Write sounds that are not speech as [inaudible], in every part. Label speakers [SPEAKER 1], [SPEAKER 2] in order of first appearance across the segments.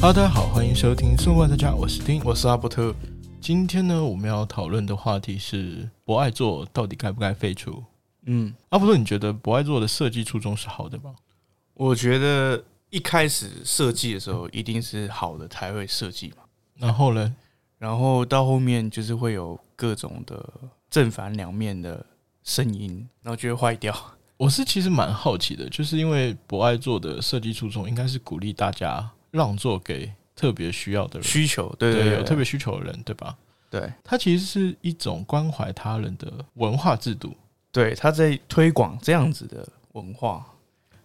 [SPEAKER 1] Hello，大家好，欢迎收听《送外大家》，我是丁，我是阿伯特。今天呢，我们要讨论的话题是博爱座到底该不该废除？
[SPEAKER 2] 嗯，
[SPEAKER 1] 阿伯特，你觉得博爱座的设计初衷是好的吗？
[SPEAKER 2] 我觉得一开始设计的时候一定是好的才会设计嘛，
[SPEAKER 1] 然后呢？
[SPEAKER 2] 然后到后面就是会有各种的正反两面的声音，然后就会坏掉。
[SPEAKER 1] 我是其实蛮好奇的，就是因为博爱座的设计初衷应该是鼓励大家让座给特别需要的人，
[SPEAKER 2] 需求，对对
[SPEAKER 1] 有特别需求的人，对吧？
[SPEAKER 2] 对
[SPEAKER 1] 它其实是一种关怀他人的文化制度。
[SPEAKER 2] 对，他在推广这样子的文化，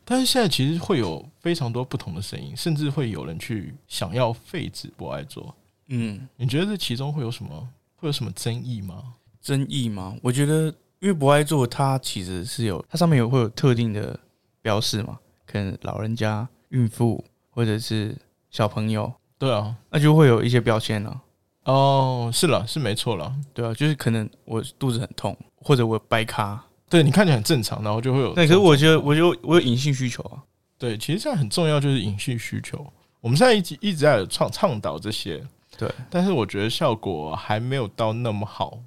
[SPEAKER 1] 但是现在其实会有非常多不同的声音，甚至会有人去想要废止博爱座。
[SPEAKER 2] 嗯，
[SPEAKER 1] 你觉得这其中会有什么会有什么争议吗？
[SPEAKER 2] 争议嘛，我觉得因为博爱座它其实是有，它上面有会有特定的标示嘛，可能老人家、孕妇或者是小朋友，
[SPEAKER 1] 对啊，
[SPEAKER 2] 那就会有一些标签了、
[SPEAKER 1] 哦，是了，是没错了。
[SPEAKER 2] 对啊，就是可能我肚子很痛，或者我掰咖，
[SPEAKER 1] 对你看起来很正常，然后就会有
[SPEAKER 2] 那可是我觉得我有我有隐性需求啊，
[SPEAKER 1] 对，其实现在很重要就是隐性需求。我们现在一直一直在倡倡导这些，
[SPEAKER 2] 对，
[SPEAKER 1] 但是我觉得效果还没有到那么好，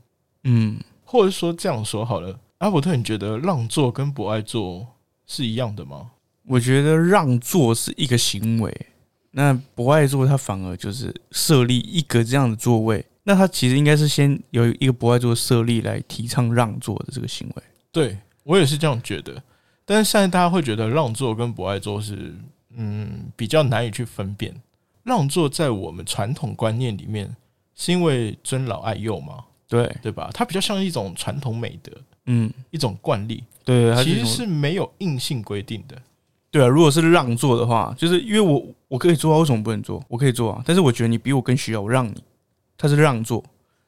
[SPEAKER 2] 嗯，
[SPEAKER 1] 或者说这样说好了，阿伯特，你觉得让座跟不爱座是一样的吗？
[SPEAKER 2] 我觉得让座是一个行为，那不爱座它反而就是设立一个这样的座位，那它其实应该是先有一个不爱座设立来提倡让座的这个行为，
[SPEAKER 1] 对我也是这样觉得，但是现在大家会觉得让座跟不爱座是嗯比较难以去分辨。让座在我们传统观念里面，是因为尊老爱幼嘛，
[SPEAKER 2] 对，
[SPEAKER 1] 对吧？它比较像一种传统美德，
[SPEAKER 2] 嗯，
[SPEAKER 1] 一种惯例，
[SPEAKER 2] 对，它
[SPEAKER 1] 其
[SPEAKER 2] 一
[SPEAKER 1] 实
[SPEAKER 2] 种
[SPEAKER 1] 是没有硬性规定的。
[SPEAKER 2] 对啊，如果是让座的话，就是因为我我可以做啊，为什么不能做？我可以做啊，但是我觉得你比我更需要，我让你，他是让座。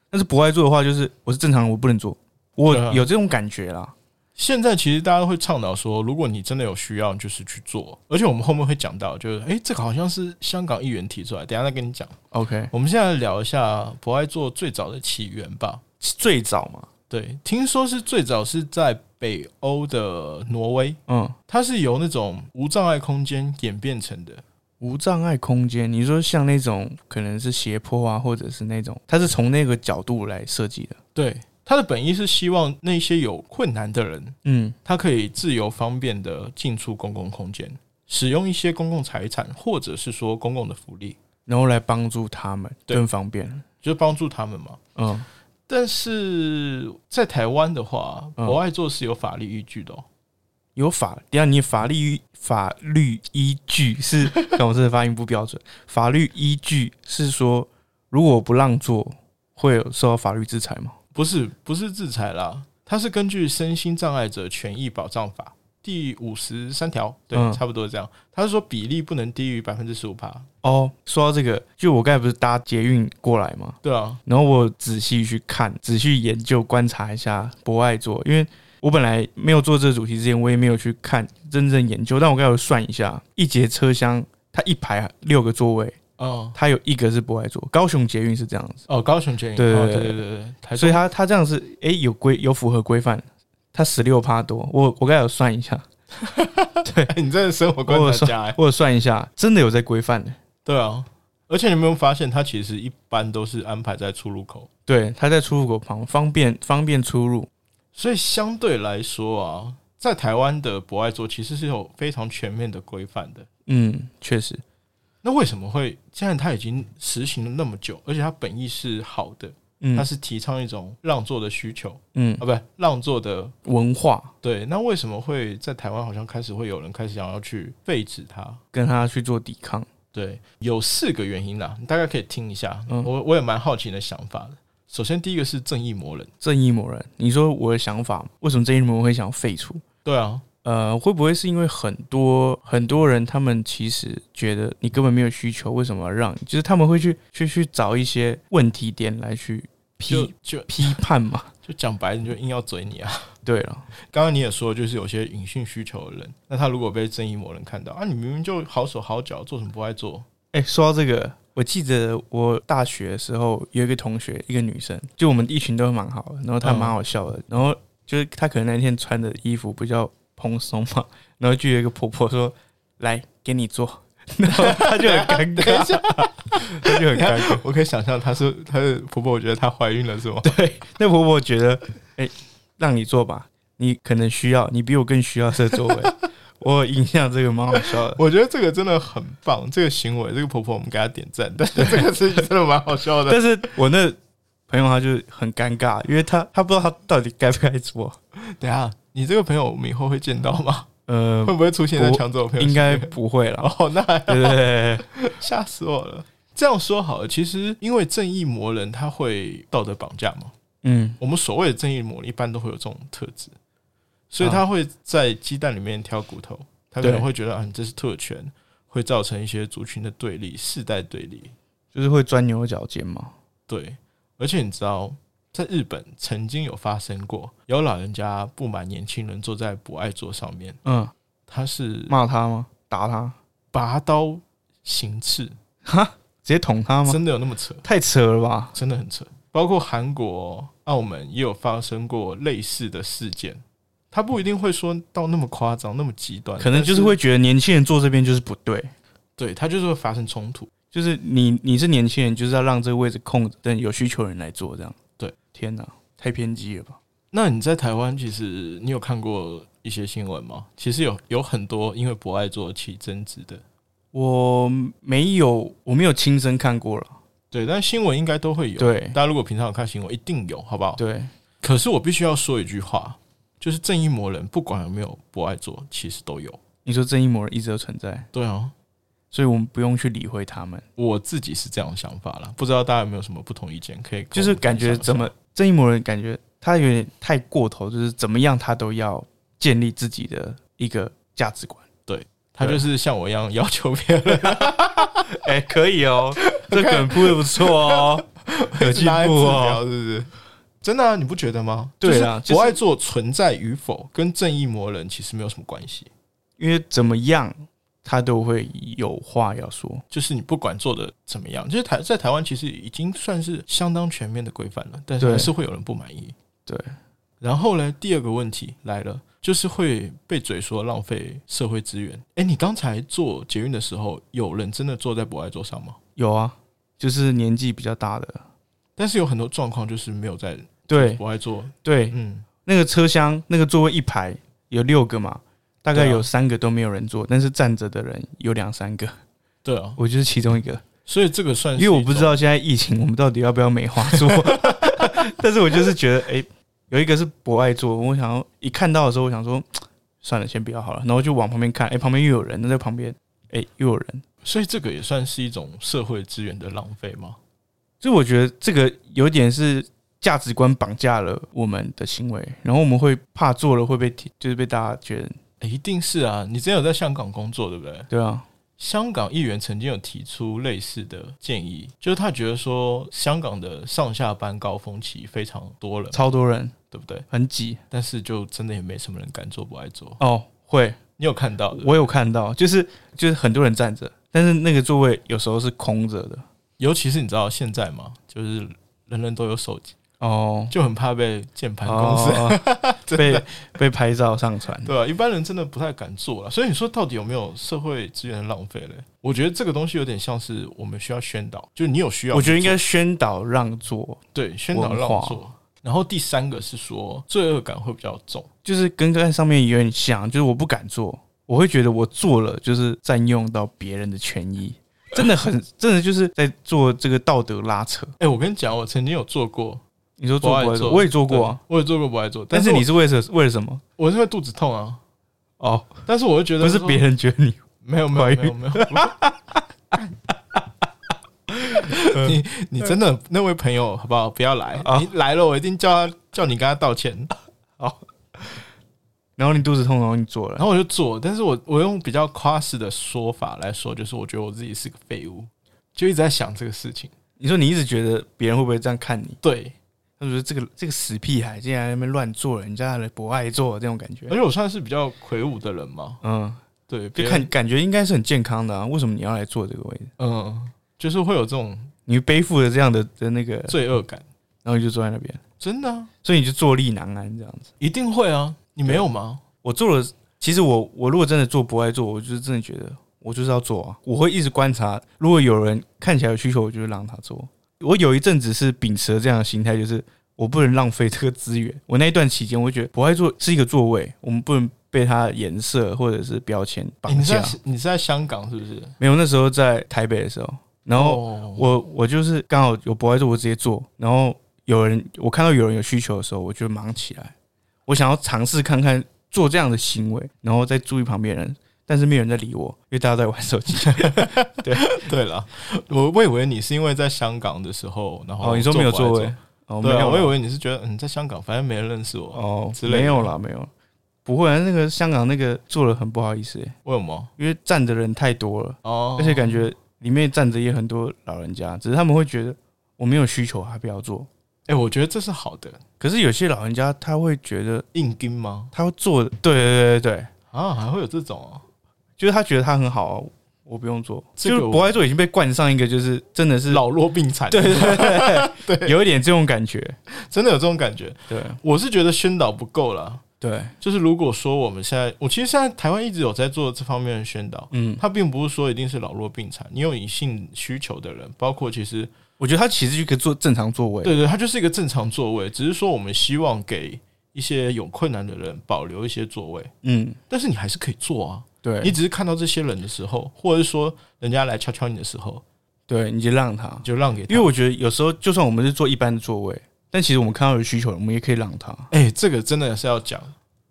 [SPEAKER 2] 但是不爱做的话，就是我是正常人，我不能做，我
[SPEAKER 1] 对啊
[SPEAKER 2] 有这种感觉啦。
[SPEAKER 1] 现在其实大家会倡导说，如果你真的有需要，你就是去做。而且我们后面会讲到，就是诶，这个好像是香港议员提出来，等一下再跟你讲。
[SPEAKER 2] OK，
[SPEAKER 1] 我们现在聊一下博爱座最早的起源吧。
[SPEAKER 2] 最早嘛，
[SPEAKER 1] 对，听说是最早是在北欧的挪威，
[SPEAKER 2] 嗯，
[SPEAKER 1] 它是由那种无障碍空间演变成的。
[SPEAKER 2] 无障碍空间，你说像那种可能是斜坡啊，或者是那种，它是从那个角度来设计的。
[SPEAKER 1] 对，它的本意是希望那些有困难的人，
[SPEAKER 2] 嗯，
[SPEAKER 1] 他可以自由方便的进出公共空间，使用一些公共财产或者是说公共的福利，
[SPEAKER 2] 然后来帮助他们
[SPEAKER 1] 对
[SPEAKER 2] 更方便。
[SPEAKER 1] 就是帮助他们嘛。
[SPEAKER 2] 嗯，
[SPEAKER 1] 但是在台湾的话，
[SPEAKER 2] 嗯
[SPEAKER 1] 博爱座是有法律依据的、哦。
[SPEAKER 2] 有法，等一下你法律法律依据是，看我这个发音不标准。 [laughs] 法律依据是说，如果不让座，会有受到法律制裁吗？
[SPEAKER 1] 不是不是制裁啦，它是根据《身心障碍者权益保障法》第五十三条，对，
[SPEAKER 2] 嗯
[SPEAKER 1] 差不多这样。它是说比例不能低于百分之十五趴，
[SPEAKER 2] 哦，说到这个，就我刚才不是搭捷运过来吗？
[SPEAKER 1] 对啊，
[SPEAKER 2] 然后我仔细去看、仔细研究、观察一下博爱座，因为我本来没有做这个主题之前，我也没有去看真正研究，但我刚才有算一下，一节车厢它一排六个座位，
[SPEAKER 1] 嗯，
[SPEAKER 2] 它有一个是博爱座。高雄捷运是这样子，
[SPEAKER 1] 哦，高雄捷运，
[SPEAKER 2] 对
[SPEAKER 1] 哦
[SPEAKER 2] 对
[SPEAKER 1] 对
[SPEAKER 2] 对
[SPEAKER 1] 对对对，台中
[SPEAKER 2] 所以它它这样是诶有规有符合规范，它十六趴多，我我刚才有算一下，
[SPEAKER 1] [laughs] 你真的生活观察家、欸，
[SPEAKER 2] 我有算一下，真的有在规范的。
[SPEAKER 1] 对啊。而且你有没有发现，它其实一般都是安排在出入口，
[SPEAKER 2] 对，它在出入口旁，方便方便出入。
[SPEAKER 1] 所以相对来说啊，在台湾的博爱座其实是有非常全面的规范的。
[SPEAKER 2] 嗯，确实，
[SPEAKER 1] 那为什么会？既然它已经实行了那么久，而且它本意是好的，它
[SPEAKER 2] 嗯
[SPEAKER 1] 是提倡一种让座的需求
[SPEAKER 2] 嗯
[SPEAKER 1] 啊，，不是让座的
[SPEAKER 2] 文化
[SPEAKER 1] 对。那为什么会在台湾好像开始会有人开始想要去废止它？
[SPEAKER 2] 跟它去做抵抗。
[SPEAKER 1] 对，有四个原因啦，你大概可以听一下。
[SPEAKER 2] 嗯
[SPEAKER 1] 我我也蛮好奇你的想法的。首先，第一个是正义魔人，
[SPEAKER 2] 正义魔人，你说我的想法，为什么正义魔人会想要废除？
[SPEAKER 1] 对啊，
[SPEAKER 2] 呃，会不会是因为很多很多人他们其实觉得你根本没有需求，为什么要让你？就是他们会去去去找一些问题点来去
[SPEAKER 1] 就
[SPEAKER 2] 批
[SPEAKER 1] 就
[SPEAKER 2] 批判
[SPEAKER 1] [laughs]
[SPEAKER 2] 嘛？
[SPEAKER 1] 就讲白，你就硬要嘴你啊。 [laughs]
[SPEAKER 2] 对了，
[SPEAKER 1] 刚刚你也说，就是有些隐性需求的人，那他如果被正义魔人看到啊，你明明就好手好脚，做什么不爱做？ [laughs]
[SPEAKER 2] 哎、说到这个，我记得我大学的时候有一个同学，一个女生，就我们一群都蛮好的，然后她
[SPEAKER 1] 嗯
[SPEAKER 2] 蛮好笑的，然后就是她可能那天穿的衣服比较蓬松嘛，然后就有一个婆婆说：“来，给你做。” [laughs] 然后他就很尴
[SPEAKER 1] [laughs] 等一
[SPEAKER 2] 尬，
[SPEAKER 1] 下，
[SPEAKER 2] 他就很尴尬。
[SPEAKER 1] 我可以想象她是她的婆婆，我觉得她怀孕了是吗？
[SPEAKER 2] 对，那婆婆觉得，哎、让你做吧，你可能需要，你比我更需要这个座位。我有印象这个蛮好笑的，
[SPEAKER 1] [laughs]
[SPEAKER 2] [laughs]
[SPEAKER 1] 我觉得这个真的很棒，这个行为，这个婆婆我们给她点赞，但
[SPEAKER 2] [laughs]
[SPEAKER 1] 是这个事情真的蛮好笑的。
[SPEAKER 2] 但是我那朋友他就很尴尬，因为他他不知道他到底该不该做，
[SPEAKER 1] 等一下，你这个朋友我们以后会见到吗？
[SPEAKER 2] 呃
[SPEAKER 1] 会，不会出现在
[SPEAKER 2] 我
[SPEAKER 1] 抢走我朋友
[SPEAKER 2] [laughs] 应
[SPEAKER 1] 行
[SPEAKER 2] 该
[SPEAKER 1] 为？
[SPEAKER 2] 不会了，
[SPEAKER 1] 哦，那还
[SPEAKER 2] 对对对，对
[SPEAKER 1] 吓死我了。这样说好了，其实因为正义魔人他会道德绑架嘛，
[SPEAKER 2] 嗯，
[SPEAKER 1] 我们所谓的正义魔人一般都会有这种特质，所以他会在鸡蛋里面挑骨头，他可能
[SPEAKER 2] 对
[SPEAKER 1] 会觉得啊，你这是特权，会造成一些族群的对立、世代对立。
[SPEAKER 2] 就是会钻牛角尖嘛，
[SPEAKER 1] 对，而且你知道，在日本曾经有发生过，有老人家不满年轻人坐在不爱座上面，
[SPEAKER 2] 嗯，
[SPEAKER 1] 他是
[SPEAKER 2] 骂他吗？打他？
[SPEAKER 1] 拔刀行刺，
[SPEAKER 2] 哈，直接捅他啊吗？
[SPEAKER 1] 真的有那么扯？
[SPEAKER 2] 太扯了吧！
[SPEAKER 1] 真的很扯。包括韩国、澳门也有发生过类似的事件，他不一定会说到那么夸张、那么极端，
[SPEAKER 2] 可能就是
[SPEAKER 1] 但
[SPEAKER 2] 会觉得年轻人做这边就是不对，
[SPEAKER 1] 对他就是会发生冲突。
[SPEAKER 2] 就是你你是年轻人，就是要让这个位置空着，等有需求人来做这样。
[SPEAKER 1] 对，
[SPEAKER 2] 天哪，太偏激了吧？
[SPEAKER 1] 那你在台湾，其实你有看过一些新闻吗？其实有有很多因为不爱做起争执的，
[SPEAKER 2] 我没有，我没有亲身看过了。
[SPEAKER 1] 对，但新闻应该都会有。
[SPEAKER 2] 对
[SPEAKER 1] 大家如果平常有看新闻，一定有，好不好？
[SPEAKER 2] 对，
[SPEAKER 1] 可是我必须要说一句话，就是正义魔人不管有没有不爱做，其实都有。
[SPEAKER 2] 你说正义魔人一直都存在，
[SPEAKER 1] 对啊，
[SPEAKER 2] 所以我们不用去理会他们，
[SPEAKER 1] 我自己是这样想法啦，不知道大家有没有什么不同意见？可以跟我
[SPEAKER 2] 就是
[SPEAKER 1] 们
[SPEAKER 2] 感
[SPEAKER 1] 分
[SPEAKER 2] 觉
[SPEAKER 1] 享一下
[SPEAKER 2] 怎么正义魔人感觉他有点太过头，就是怎么样他都要建立自己的一个价值观。
[SPEAKER 1] 他就是像我一样要求别人，
[SPEAKER 2] [laughs] 哎、可以 [laughs] 哦，这梗铺的不错哦， [laughs] 有进
[SPEAKER 1] 拿来
[SPEAKER 2] 步
[SPEAKER 1] 治
[SPEAKER 2] 哦。
[SPEAKER 1] 疗，是不是？真的啊，你不觉得吗？
[SPEAKER 2] 对啊
[SPEAKER 1] 就是不
[SPEAKER 2] 就是
[SPEAKER 1] 爱做存在与否跟正义魔人其实没有什么关系，
[SPEAKER 2] 因为怎么样他都会有话要说。
[SPEAKER 1] 就是你不管做的怎么样，就是台在台湾其实已经算是相当全面的规范了，但是
[SPEAKER 2] 对
[SPEAKER 1] 还是会有人不满意。
[SPEAKER 2] 对，
[SPEAKER 1] 然后呢，第二个问题来了，就是会被嘴说浪费社会资源。哎，你刚才做捷运的时候，有人真的坐在博爱座上吗？
[SPEAKER 2] 有啊，就是年纪比较大的，
[SPEAKER 1] 但是有很多状况就是没有在
[SPEAKER 2] 对
[SPEAKER 1] 博爱座，
[SPEAKER 2] 对，
[SPEAKER 1] 嗯，
[SPEAKER 2] 那个车厢那个座位一排有六个嘛，大概
[SPEAKER 1] 对啊
[SPEAKER 2] 有三个都没有人坐，但是站着的人有两三个，
[SPEAKER 1] 对啊，
[SPEAKER 2] 我就是其中一个，
[SPEAKER 1] 所以这个算
[SPEAKER 2] 因
[SPEAKER 1] 是
[SPEAKER 2] 为我
[SPEAKER 1] 一
[SPEAKER 2] 不知
[SPEAKER 1] 种
[SPEAKER 2] 道现在疫情我们到底要不要美化
[SPEAKER 1] [laughs]
[SPEAKER 2] 座，但是我就是觉得，哎、有一个是博爱座，我想要一看到的时候，我想说算了，先不要好了，然后就往旁边看，哎、旁边又有人，那在旁边，哎、又有人，
[SPEAKER 1] 所以这个也算是一种社会资源的浪费吗？
[SPEAKER 2] 所以我觉得这个有点是价值观绑架了我们的行为，然后我们会怕做了会被提，就是被大家觉得
[SPEAKER 1] 诶一定是啊！你之前有在香港工作，对不对？
[SPEAKER 2] 对啊，
[SPEAKER 1] 香港议员曾经有提出类似的建议，就是他觉得说香港的上下班高峰期非常多了，
[SPEAKER 2] 超多人
[SPEAKER 1] 对不对？
[SPEAKER 2] 很挤
[SPEAKER 1] 但是就真的也没什么人敢做不爱做。
[SPEAKER 2] 哦，会
[SPEAKER 1] 你有看到的？
[SPEAKER 2] 我有看到，就是就是很多人站着，但是那个座位有时候是空着的
[SPEAKER 1] 尤其是你知道现在嘛，就是人人都有手机，
[SPEAKER 2] 哦，
[SPEAKER 1] 就很怕被键盘公司，
[SPEAKER 2] 哦被被拍照上传，
[SPEAKER 1] [laughs] 对啊吧、一般人真的不太敢做了。所以你说到底有没有社会资源的浪费嘞？我觉得这个东西有点像是我们需要宣导，就是你有需要，
[SPEAKER 2] 我觉得应该宣导让座，
[SPEAKER 1] 对，宣导
[SPEAKER 2] 文
[SPEAKER 1] 让
[SPEAKER 2] 化
[SPEAKER 1] 座。然后第三个是说罪恶感会比较重，
[SPEAKER 2] 就是跟刚才上面有点像，就是我不敢做，我会觉得我做了就是占用到别人的权益，真的很 [laughs] 真的就是在做这个道德拉扯。
[SPEAKER 1] 哎、我跟你讲，我曾经有做过，
[SPEAKER 2] 你说
[SPEAKER 1] 不
[SPEAKER 2] 做
[SPEAKER 1] 爱
[SPEAKER 2] 过来
[SPEAKER 1] 做
[SPEAKER 2] 我也做过啊，
[SPEAKER 1] 对我也做过不爱做，
[SPEAKER 2] 但
[SPEAKER 1] 是
[SPEAKER 2] 是你
[SPEAKER 1] 我
[SPEAKER 2] 是为了为了什么？
[SPEAKER 1] 我是因为肚子痛啊，
[SPEAKER 2] 哦，
[SPEAKER 1] 但是我就觉得
[SPEAKER 2] 不是
[SPEAKER 1] 说
[SPEAKER 2] 别人觉得你
[SPEAKER 1] 没有没有
[SPEAKER 2] 怀
[SPEAKER 1] 没有没有， [laughs] 你你真的那位朋友好不好？不要来，
[SPEAKER 2] 啊
[SPEAKER 1] 你来了我一定叫他叫你跟他道歉。
[SPEAKER 2] 然后你肚子痛，然后你做
[SPEAKER 1] 然
[SPEAKER 2] 了，
[SPEAKER 1] 后我就做，但是我我用比较夸饰的说法来说，就是我觉得我自己是个废物，就一直在想这个事情。
[SPEAKER 2] 你说你一直觉得别人会不会这样看你？
[SPEAKER 1] 对，
[SPEAKER 2] 他觉得这个这个死屁孩竟然在那边乱做人家的不爱做这种感觉
[SPEAKER 1] 而，且我算是比较魁梧的人嘛，
[SPEAKER 2] 嗯，
[SPEAKER 1] 对，别人
[SPEAKER 2] 就看感觉应该是很健康的啊，为什么你要来做这个位置？
[SPEAKER 1] 嗯，就是会有这种
[SPEAKER 2] 你背负着这样的的那个，
[SPEAKER 1] 罪恶感，
[SPEAKER 2] 然后你就坐在那边，
[SPEAKER 1] 真的啊、
[SPEAKER 2] 所以你就坐立难安这样子。
[SPEAKER 1] 一定会啊，你没有吗？
[SPEAKER 2] 我做了，其实我我如果真的做不爱做，我就是真的觉得我就是要做啊，我会一直观察，如果有人看起来有需求，我就让他做。我有一阵子是秉持了这样的心态，就是我不能浪费这个资源。我那一段期间，我会觉得不爱做是一个座位，我们不能被它的颜色或者是标签
[SPEAKER 1] 欸
[SPEAKER 2] 绑
[SPEAKER 1] 你是
[SPEAKER 2] 架
[SPEAKER 1] 在。你是在香港是不是？
[SPEAKER 2] 没有，那时候在台北的时候，然后
[SPEAKER 1] 哦
[SPEAKER 2] 我我就是刚好有不爱做，我直接做。然后有人我看到有人有需求的时候，我就忙起来。我想要尝试看看做这样的行为，然后再注意旁边人，但是没有人在理我，因为大家都在玩手机。
[SPEAKER 1] 对了，我我以为你是因为在香港的时候，然后
[SPEAKER 2] 哦，你说没有座
[SPEAKER 1] 不爱
[SPEAKER 2] 位？
[SPEAKER 1] 做，
[SPEAKER 2] 哦，没
[SPEAKER 1] 对啊，
[SPEAKER 2] 有，
[SPEAKER 1] 我以为你是觉得嗯，在香港反正没人认识我，
[SPEAKER 2] 哦，
[SPEAKER 1] 之类的
[SPEAKER 2] 没有啦，没有，不会、啊，那个香港那个做了很不好意思、欸，
[SPEAKER 1] 为什么？
[SPEAKER 2] 因为站的人太多了，
[SPEAKER 1] 哦，
[SPEAKER 2] 而且感觉里面站着也很多老人家，只是他们会觉得我没有需求，还不要做。
[SPEAKER 1] 哎、我觉得这是好的，
[SPEAKER 2] 可是有些老人家他会觉得
[SPEAKER 1] 硬盯吗？
[SPEAKER 2] 他会做，对对对对对，
[SPEAKER 1] 啊，还会有这种哦、
[SPEAKER 2] 就是他觉得他很好、啊，我不用做，
[SPEAKER 1] 这个
[SPEAKER 2] 就是
[SPEAKER 1] 我
[SPEAKER 2] 不爱做已经被冠上一个就是真的是
[SPEAKER 1] 老弱病残，
[SPEAKER 2] [laughs] 对对对对，有一点这种感觉，
[SPEAKER 1] [laughs] 真的有这种感觉。
[SPEAKER 2] 对
[SPEAKER 1] 我是觉得宣导不够啦，
[SPEAKER 2] 对，
[SPEAKER 1] 就是如果说我们现在，我其实现在台湾一直有在做这方面的宣导，
[SPEAKER 2] 嗯，
[SPEAKER 1] 它并不是说一定是老弱病残，你有隐性需求的人，包括其实
[SPEAKER 2] 我觉得他其实就可以做正常座位，
[SPEAKER 1] 对对，它就是一个正常座位，只是说我们希望给一些有困难的人保留一些座位，
[SPEAKER 2] 嗯，
[SPEAKER 1] 但是你还是可以坐啊，
[SPEAKER 2] 对，
[SPEAKER 1] 你只是看到这些人的时候，或者是说人家来敲敲你的时候，
[SPEAKER 2] 对，你就让他
[SPEAKER 1] 你，就让给他
[SPEAKER 2] 因为。我觉得有时候就算我们是坐一般的座位，但其实我们看到有需求，我们也可以让他
[SPEAKER 1] 哎、这个真的是要讲，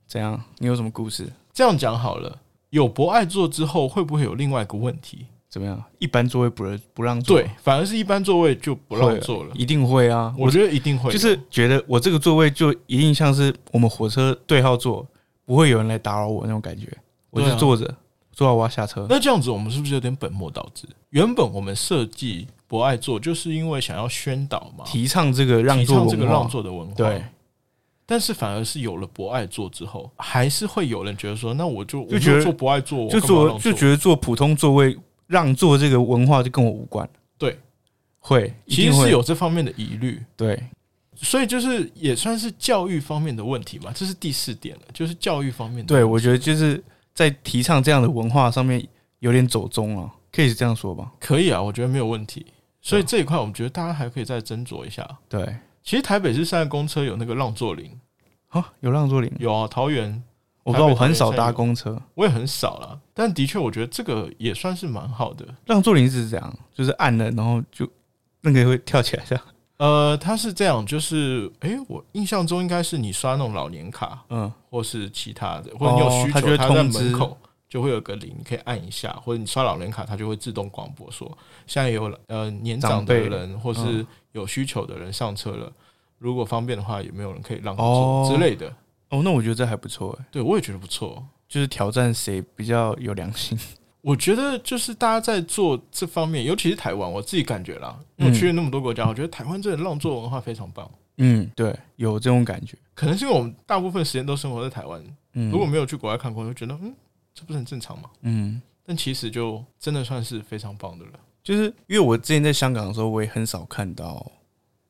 [SPEAKER 2] 怎样？你有什么故事？
[SPEAKER 1] 这样讲好了，有博爱座之后，会不会有另外一个问题？
[SPEAKER 2] 怎么样？一般座位不让不让坐，
[SPEAKER 1] 对，反而是一般座位就不让
[SPEAKER 2] 会
[SPEAKER 1] 坐了。
[SPEAKER 2] 一定会啊！
[SPEAKER 1] 我觉得一定会有，
[SPEAKER 2] 就是觉得我这个座位就一定像是我们火车对号座，不会有人来打扰我那种感觉。我
[SPEAKER 1] 对
[SPEAKER 2] 就
[SPEAKER 1] 啊
[SPEAKER 2] 坐着，坐到我要下车。
[SPEAKER 1] 那这样子，我们是不是有点本末倒置？原本我们设计博爱座，就是因为想要宣导嘛，
[SPEAKER 2] 提倡这个让
[SPEAKER 1] 提
[SPEAKER 2] 座
[SPEAKER 1] 倡这个
[SPEAKER 2] 文
[SPEAKER 1] 让
[SPEAKER 2] 化，
[SPEAKER 1] 座的文化。
[SPEAKER 2] 对，，
[SPEAKER 1] 但是反而是有了博爱座之后，还是会有人觉得说，那我就
[SPEAKER 2] 就觉得
[SPEAKER 1] 我做博爱座，我
[SPEAKER 2] 就
[SPEAKER 1] 干嘛
[SPEAKER 2] 坐
[SPEAKER 1] 让
[SPEAKER 2] 就
[SPEAKER 1] 得
[SPEAKER 2] 觉得坐普通座位让座这个文化就跟我无关。
[SPEAKER 1] 对，
[SPEAKER 2] 会一
[SPEAKER 1] 其
[SPEAKER 2] 定
[SPEAKER 1] 实
[SPEAKER 2] 会
[SPEAKER 1] 是有这方面的疑虑。
[SPEAKER 2] 对
[SPEAKER 1] 所以就是也算是教育方面的问题嘛，这是第四点了，就是教育方面的。
[SPEAKER 2] 对，我觉得就是在提倡这样的文化上面有点走中了、可以这样说吧？
[SPEAKER 1] 可以啊，我觉得没有问题。所以这一块，我们觉得大家还可以再斟酌一下。
[SPEAKER 2] 对，
[SPEAKER 1] 其实台北市现在公车有那个让座铃，
[SPEAKER 2] 啊，有让座铃，
[SPEAKER 1] 有啊，桃园
[SPEAKER 2] 我不知道，
[SPEAKER 1] 台北
[SPEAKER 2] 我很
[SPEAKER 1] 桃
[SPEAKER 2] 少
[SPEAKER 1] 园
[SPEAKER 2] 搭
[SPEAKER 1] 站有
[SPEAKER 2] 公车，
[SPEAKER 1] 我也很少啦，但的确我觉得这个也算是蛮好的。
[SPEAKER 2] 让座铃是怎样？就是按了，然后就那个会跳起来
[SPEAKER 1] [laughs]
[SPEAKER 2] 这样。
[SPEAKER 1] 呃，它是这样，就是诶、我印象中应该是你刷那种老年卡，
[SPEAKER 2] 嗯，
[SPEAKER 1] 或是其他的，或者你有需
[SPEAKER 2] 哦它就
[SPEAKER 1] 求，
[SPEAKER 2] 会
[SPEAKER 1] 它在
[SPEAKER 2] 通知
[SPEAKER 1] 门口就会有个铃，你可以按一下，或者你刷老人卡，它就会自动广播说，现在有呃年长的
[SPEAKER 2] 长
[SPEAKER 1] 人或是有需求的人上车了，如果方便的话，有没有人可以让他
[SPEAKER 2] 哦
[SPEAKER 1] 坐之类的？
[SPEAKER 2] 哦，那我觉得这还不错，哎，
[SPEAKER 1] 对我也觉得不错。
[SPEAKER 2] 就是挑战谁比较有良心。
[SPEAKER 1] 我觉得就是大家在做这方面，尤其是台湾，我自己感觉啦，因为我去了那么多国家，我觉得台湾这个让座文化非常棒。
[SPEAKER 2] 嗯，对，有这种感觉。
[SPEAKER 1] 可能是因为我们大部分时间都生活在台湾，
[SPEAKER 2] 嗯，
[SPEAKER 1] 如果没有去国外看过，就觉得嗯，这不是很正常吗？
[SPEAKER 2] 嗯，
[SPEAKER 1] 但其实就真的算是非常棒的了。
[SPEAKER 2] 就是因为我之前在香港的时候，我也很少看到，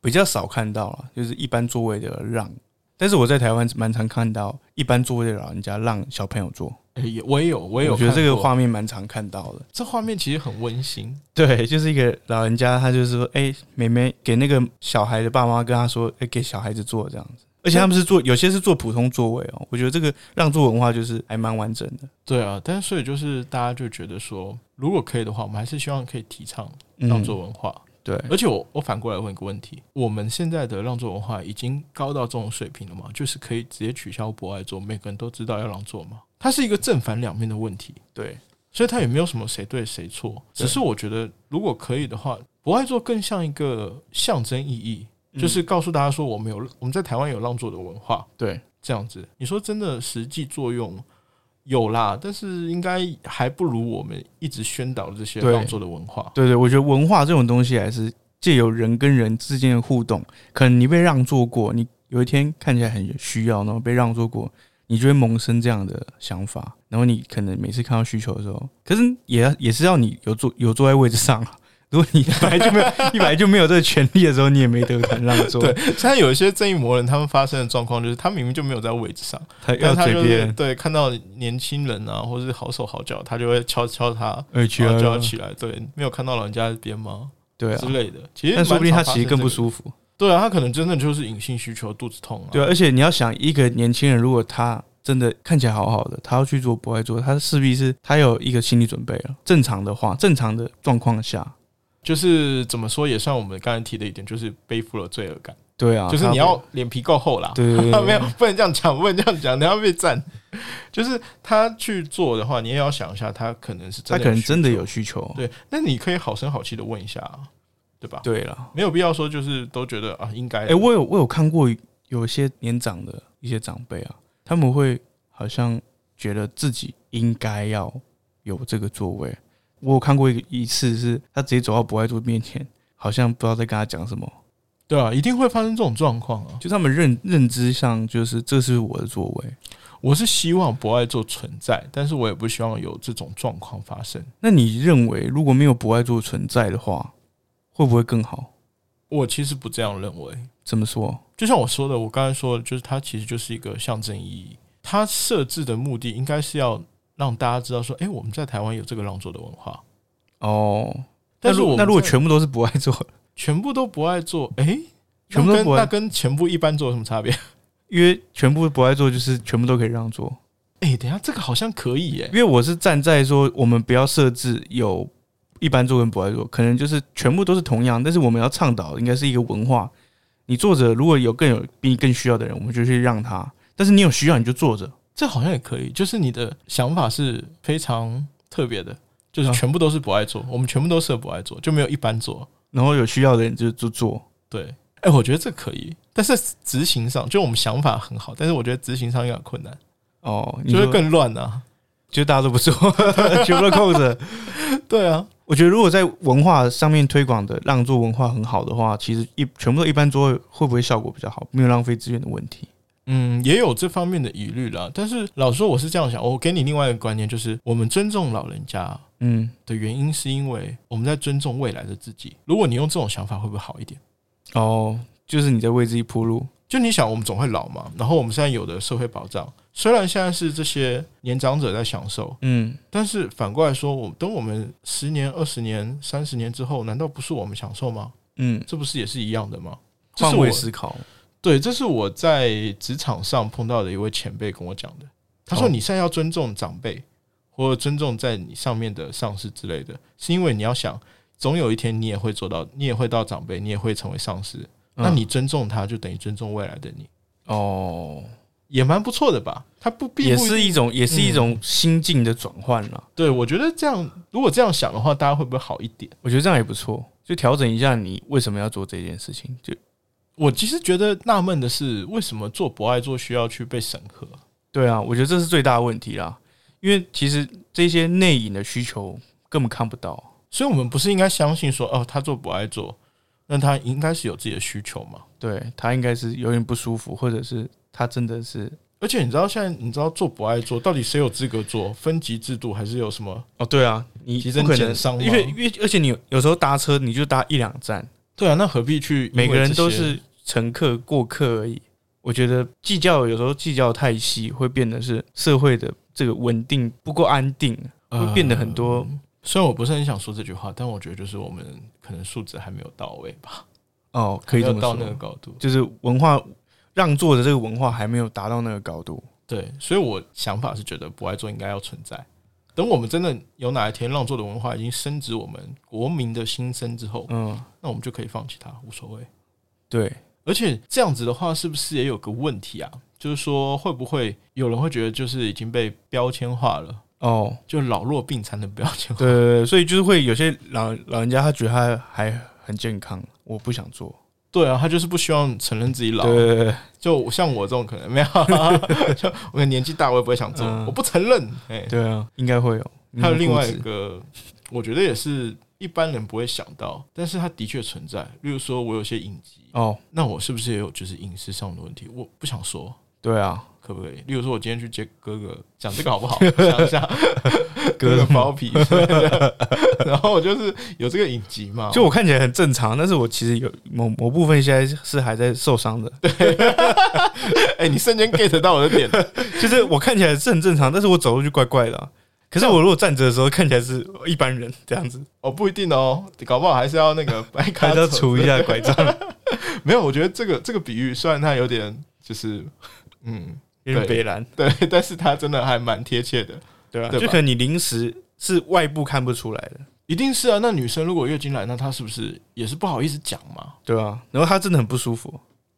[SPEAKER 2] 比较少看到了，就是一般座位的让。但是我在台湾蛮常看到一般座位的老人家让小朋友坐，
[SPEAKER 1] 诶也我也有，我也有
[SPEAKER 2] 觉得
[SPEAKER 1] 看
[SPEAKER 2] 这个
[SPEAKER 1] 过
[SPEAKER 2] 画面蛮常看到的。
[SPEAKER 1] 这画面其实很温馨。
[SPEAKER 2] [laughs] 对，就是一个老人家，他就是说，哎、妹妹给那个小孩的爸妈跟他说，哎、给小孩子坐这样子。而且他们是坐，有些是坐普通座位哦。我觉得这个让座文化就是还蛮完整的。
[SPEAKER 1] 对啊，但是所以就是大家就觉得说，如果可以的话，我们还是希望可以提倡
[SPEAKER 2] 嗯
[SPEAKER 1] 让座哎文化。
[SPEAKER 2] 对，
[SPEAKER 1] 而且我我反过来问一个问题：我们现在的让座文化已经高到这种水平了吗？就是可以直接取消博爱座，每个人都知道要让座吗？它是一个正反两面的问题，
[SPEAKER 2] 对，
[SPEAKER 1] 所以它也没有什么谁对谁错。只是我觉得，如果可以的话，博爱座更像一个象征意义，就是告诉大家说，我们有我们在台湾有让座的文化。
[SPEAKER 2] 嗯对，
[SPEAKER 1] 这样子。你说真的实际作用有啦，但是应该还不如我们一直宣导的这些
[SPEAKER 2] 对
[SPEAKER 1] 让座的文化。
[SPEAKER 2] 对对，我觉得文化这种东西还是借由人跟人之间的互动，可能你被让座过，你有一天看起来很需要，然后被让座过，你就会萌生这样的想法，然后你可能每次看到需求的时候，可是也要也是要你有坐有坐在位置上啊，如果你 [laughs] 本来就没有，你本来就没有这个权利的时候，你也没得谈让座，
[SPEAKER 1] 对，现在有一些正义魔人，他们发生的状况就是，他明明就没有在位置上，
[SPEAKER 2] 他
[SPEAKER 1] 但
[SPEAKER 2] 要
[SPEAKER 1] 他
[SPEAKER 2] 嘴
[SPEAKER 1] 就
[SPEAKER 2] 别
[SPEAKER 1] 是
[SPEAKER 2] 人
[SPEAKER 1] 对看到年轻人啊，或是好手好脚，他就会敲敲他，
[SPEAKER 2] 委屈
[SPEAKER 1] 然后叫
[SPEAKER 2] 啊
[SPEAKER 1] 他，起来。对，没有看到老人家边吗？
[SPEAKER 2] 对啊
[SPEAKER 1] 之。类的。其实
[SPEAKER 2] 但说不定他
[SPEAKER 1] 蛮常
[SPEAKER 2] 其实更不
[SPEAKER 1] 发生
[SPEAKER 2] 舒服，
[SPEAKER 1] 这个。对啊，他可能真的就是隐性需求，肚子痛啊。
[SPEAKER 2] 对啊。而且你要想，一个年轻人如果他真的看起来好好的，他要去做不爱做，他势必是他有一个心理准备了。正常的话，正常的状况下，
[SPEAKER 1] 就是怎么说，也算我们刚才提的一点，就是背负了罪恶感，
[SPEAKER 2] 对啊，
[SPEAKER 1] 就是
[SPEAKER 2] 他
[SPEAKER 1] 你
[SPEAKER 2] 会
[SPEAKER 1] 要脸皮够厚啦。
[SPEAKER 2] 对
[SPEAKER 1] [laughs]
[SPEAKER 2] 对对对
[SPEAKER 1] 没有，不能这样讲，不能这样讲，你要被赞。就是他去做的话，你也要想一下，他可能是真
[SPEAKER 2] 他
[SPEAKER 1] 的
[SPEAKER 2] 可能
[SPEAKER 1] 需
[SPEAKER 2] 真的
[SPEAKER 1] 求
[SPEAKER 2] 有需求。
[SPEAKER 1] 对，那你可以好声好气的问一下啊，对吧？
[SPEAKER 2] 对了，
[SPEAKER 1] 没有必要说就是都觉得啊，应该
[SPEAKER 2] 哎、我有我有看过有一些年长的一些长辈啊，他们会好像觉得自己应该要有这个座位。我有看过一一次是，他直接走到博爱座面前，好像不知道在跟他讲什么，
[SPEAKER 1] 对啊，一定会发生这种状况啊。
[SPEAKER 2] 就他们认认知上就是这是我的座位。
[SPEAKER 1] 我是希望博爱座存在，但是我也不希望有这种状况发生。
[SPEAKER 2] 那你认为如果没有博爱座存在的话，会不会更好？
[SPEAKER 1] 我其实不这样认为，
[SPEAKER 2] 怎么说？
[SPEAKER 1] 就像我说的，我刚才说的，就是它其实就是一个象征意义。它设置的目的应该是要让大家知道说，诶，我们在台湾有这个让座的文化。
[SPEAKER 2] 哦，
[SPEAKER 1] 但是
[SPEAKER 2] 那如
[SPEAKER 1] 我
[SPEAKER 2] 那如果
[SPEAKER 1] 全
[SPEAKER 2] 全部都是博爱座，
[SPEAKER 1] 全部都不爱做，诶，
[SPEAKER 2] 全部
[SPEAKER 1] 那
[SPEAKER 2] 都
[SPEAKER 1] 跟
[SPEAKER 2] 不爱
[SPEAKER 1] 那跟全部一般做有什么差别？
[SPEAKER 2] 因为全部博爱座就是全部都可以让座。
[SPEAKER 1] 诶，等一下这个好像可以耶、
[SPEAKER 2] 因为我是站在说，我们不要设置有一般座跟不爱座，可能就是全部都是同样，但是我们要倡导应该是一个文化。你坐着，如果有更有比你更需要的人，我们就去让他；但是你有需要，你就坐着。
[SPEAKER 1] 这好像也可以，就是你的想法是非常特别的，就是
[SPEAKER 2] 啊
[SPEAKER 1] 全部都是不爱做，我们全部都是不爱做，就没有一般做。
[SPEAKER 2] 然后有需要的人就就坐，
[SPEAKER 1] 对，哎、我觉得这可以，但是执行上，就我们想法很好，但是我觉得执行上有点困难，
[SPEAKER 2] 哦，你
[SPEAKER 1] 就
[SPEAKER 2] 说
[SPEAKER 1] 会更乱
[SPEAKER 2] [laughs]
[SPEAKER 1] 啊。
[SPEAKER 2] 就大家都不 [laughs] 坐，全部都扣着。
[SPEAKER 1] 对啊，
[SPEAKER 2] 我觉得如果在文化上面推广的让座文化很好的话，其实一全部都一般座位会不会效果比较好？没有浪费资源的问题。
[SPEAKER 1] 嗯，也有这方面的疑虑啦。但是老实说，我是这样想，我给你另外一个观念，就是我们尊重老人家
[SPEAKER 2] 嗯，
[SPEAKER 1] 的原因，是因为我们在尊重未来的自己。如果你用这种想法，会不会好一点？
[SPEAKER 2] 哦，就是你在为自己铺路。
[SPEAKER 1] 就你想，我们总会老嘛，然后我们现在有的社会保障，虽然现在是这些年长者在享受，
[SPEAKER 2] 嗯，
[SPEAKER 1] 但是反过来说，我等我们十年、二十年、三十年之后，难道不是我们享受吗？
[SPEAKER 2] 嗯，
[SPEAKER 1] 这不是也是一样的吗？这
[SPEAKER 2] 换
[SPEAKER 1] 是
[SPEAKER 2] 位
[SPEAKER 1] 我
[SPEAKER 2] 思考。
[SPEAKER 1] 对，这是我在职场上碰到的一位前辈跟我讲的。他说：“
[SPEAKER 2] 哦
[SPEAKER 1] 你现在要尊重长辈，或者尊重在你上面的上司之类的，是因为你要想，总有一天你也会做到，你也会到长辈，你也会成为上司。那
[SPEAKER 2] 嗯
[SPEAKER 1] 你尊重他，就等于尊重未来的你。”
[SPEAKER 2] 哦，
[SPEAKER 1] 也蛮不错的吧？他不必
[SPEAKER 2] 也
[SPEAKER 1] 不
[SPEAKER 2] 是
[SPEAKER 1] 定
[SPEAKER 2] 一种，也是一种心境的转换啦。
[SPEAKER 1] 对，我觉得这样，如果这样想的话，大家会不会好一点？
[SPEAKER 2] 我觉得这样也不错，就调整一下你为什么要做这件事情。就
[SPEAKER 1] 我其实觉得纳闷的是，为什么做博爱做需要去被审核？
[SPEAKER 2] 对啊，我觉得这是最大的问题啦，因为其实这些内隐的需求根本看不到。
[SPEAKER 1] 所以我们不是应该相信说，哦，他做博爱做，那他应该是有自己的需求嘛？
[SPEAKER 2] 对他应该是有点不舒服，或者是他真的是
[SPEAKER 1] 而且你知道现在，你知道做博爱做到底谁有资格做？分级制度还是有什么？
[SPEAKER 2] 哦，对啊，你
[SPEAKER 1] 提
[SPEAKER 2] 不
[SPEAKER 1] 升
[SPEAKER 2] 可
[SPEAKER 1] 减
[SPEAKER 2] 能
[SPEAKER 1] 伤嘛
[SPEAKER 2] 因为因为而且你有有时候搭车你就搭一两站，
[SPEAKER 1] 对啊，那何必去因为
[SPEAKER 2] 每个人
[SPEAKER 1] 这些
[SPEAKER 2] 都是乘客、过客而已。我觉得计较有时候计较太细，会变得是社会的这个稳定不够安定，会变得很多。
[SPEAKER 1] 呃虽然我不是很想说这句话，但我觉得就是我们可能素质还没有到位吧，
[SPEAKER 2] 哦，可以这
[SPEAKER 1] 没
[SPEAKER 2] 么
[SPEAKER 1] 有到那个
[SPEAKER 2] 说，
[SPEAKER 1] 高度。
[SPEAKER 2] 就是文化让座的这个文化还没有达到那个高度。
[SPEAKER 1] 对，所以我想法是觉得不爱做应该要存在。等我们真的有哪一天让座的文化已经升值我们国民的心声之后，
[SPEAKER 2] 嗯，
[SPEAKER 1] 那我们就可以放弃它，无所谓。
[SPEAKER 2] 对，
[SPEAKER 1] 而且这样子的话，是不是也有个问题啊？就是说，会不会有人会觉得就是已经被标签化了，
[SPEAKER 2] 哦，
[SPEAKER 1] 就老弱病残的标签化？ [laughs]
[SPEAKER 2] 对对，对所以就是会有些老老人家他觉得他还很健康，我不想做。
[SPEAKER 1] 对啊，他就是不希望承认自己老。
[SPEAKER 2] 对对对对，
[SPEAKER 1] 就像我这种可能没有，啊 [laughs] 就我可能年纪大，我也不会想做，
[SPEAKER 2] 嗯
[SPEAKER 1] 我不承认。哎、
[SPEAKER 2] 对啊，应该会有。嗯
[SPEAKER 1] 还有另外
[SPEAKER 2] 固
[SPEAKER 1] 一
[SPEAKER 2] 执
[SPEAKER 1] 个，我觉得也是一般人不会想到，但是它的确存在。例如说，我有些隐疾，
[SPEAKER 2] 哦，
[SPEAKER 1] 那我是不是也有就是饮食上的问题？我不想说，
[SPEAKER 2] 对啊，
[SPEAKER 1] 可不可以？例如说，我今天去接哥哥，讲这个好
[SPEAKER 2] [laughs]
[SPEAKER 1] 不好？讲一下哥哥包皮， [laughs] 然后我就是有这个影集嘛，
[SPEAKER 2] 就我看起来很正常，但是我其实有某某部分现在是还在受伤的，
[SPEAKER 1] 哎、你瞬间 get 到我的点 [laughs] 了，
[SPEAKER 2] 就是我看起来是很正常，但是我走路就怪怪的啊、可是我如果站着的时候看起来是一般人这样子，
[SPEAKER 1] 哦，不一定哦，搞不好还是要那
[SPEAKER 2] [laughs]
[SPEAKER 1] 个掰
[SPEAKER 2] 还
[SPEAKER 1] [laughs] 开
[SPEAKER 2] 是要杵一下拐杖，
[SPEAKER 1] 没有，我觉得这个这个比喻虽然它有点就是，嗯，
[SPEAKER 2] [laughs]
[SPEAKER 1] 对
[SPEAKER 2] 有点北蓝，
[SPEAKER 1] 对， [laughs] 但是它真的还蛮贴切的。
[SPEAKER 2] 对啊，
[SPEAKER 1] 对吧
[SPEAKER 2] 就可能你临时是外部看不出来的，
[SPEAKER 1] 一定是啊，那女生如果月经来，那她是不是也是不好意思讲嘛？
[SPEAKER 2] 对啊，然后他真的很不舒服，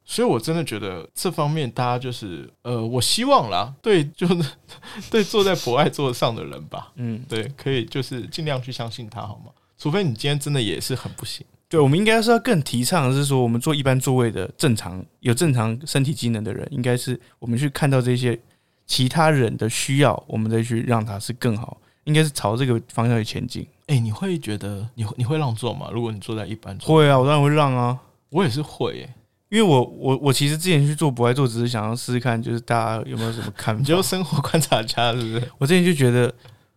[SPEAKER 1] 所以我真的觉得这方面大家就是呃，我希望啦，对，就是 [laughs] 对坐在博爱座上的人吧，
[SPEAKER 2] 嗯，
[SPEAKER 1] 对，可以就是尽量去相信他好吗？除非你今天真的也是很不行，
[SPEAKER 2] 对，我们应该是要更提倡的是说，我们坐一般座位的正常有正常身体机能的人，应该是我们去看到这些其他人的需要，我们再去让他是更好，应该是朝这个方向去前进。
[SPEAKER 1] 哎、你会觉得你会你会让座吗？如果你坐在一般座，
[SPEAKER 2] 会啊，我当然会让啊，
[SPEAKER 1] 我也是会、欸，
[SPEAKER 2] 因为我我我其实之前去做不爱做，只是想要试试看，就是大家有没有什么看
[SPEAKER 1] 你就
[SPEAKER 2] 法。
[SPEAKER 1] 是生活观察家是不是？
[SPEAKER 2] 我之前就觉得，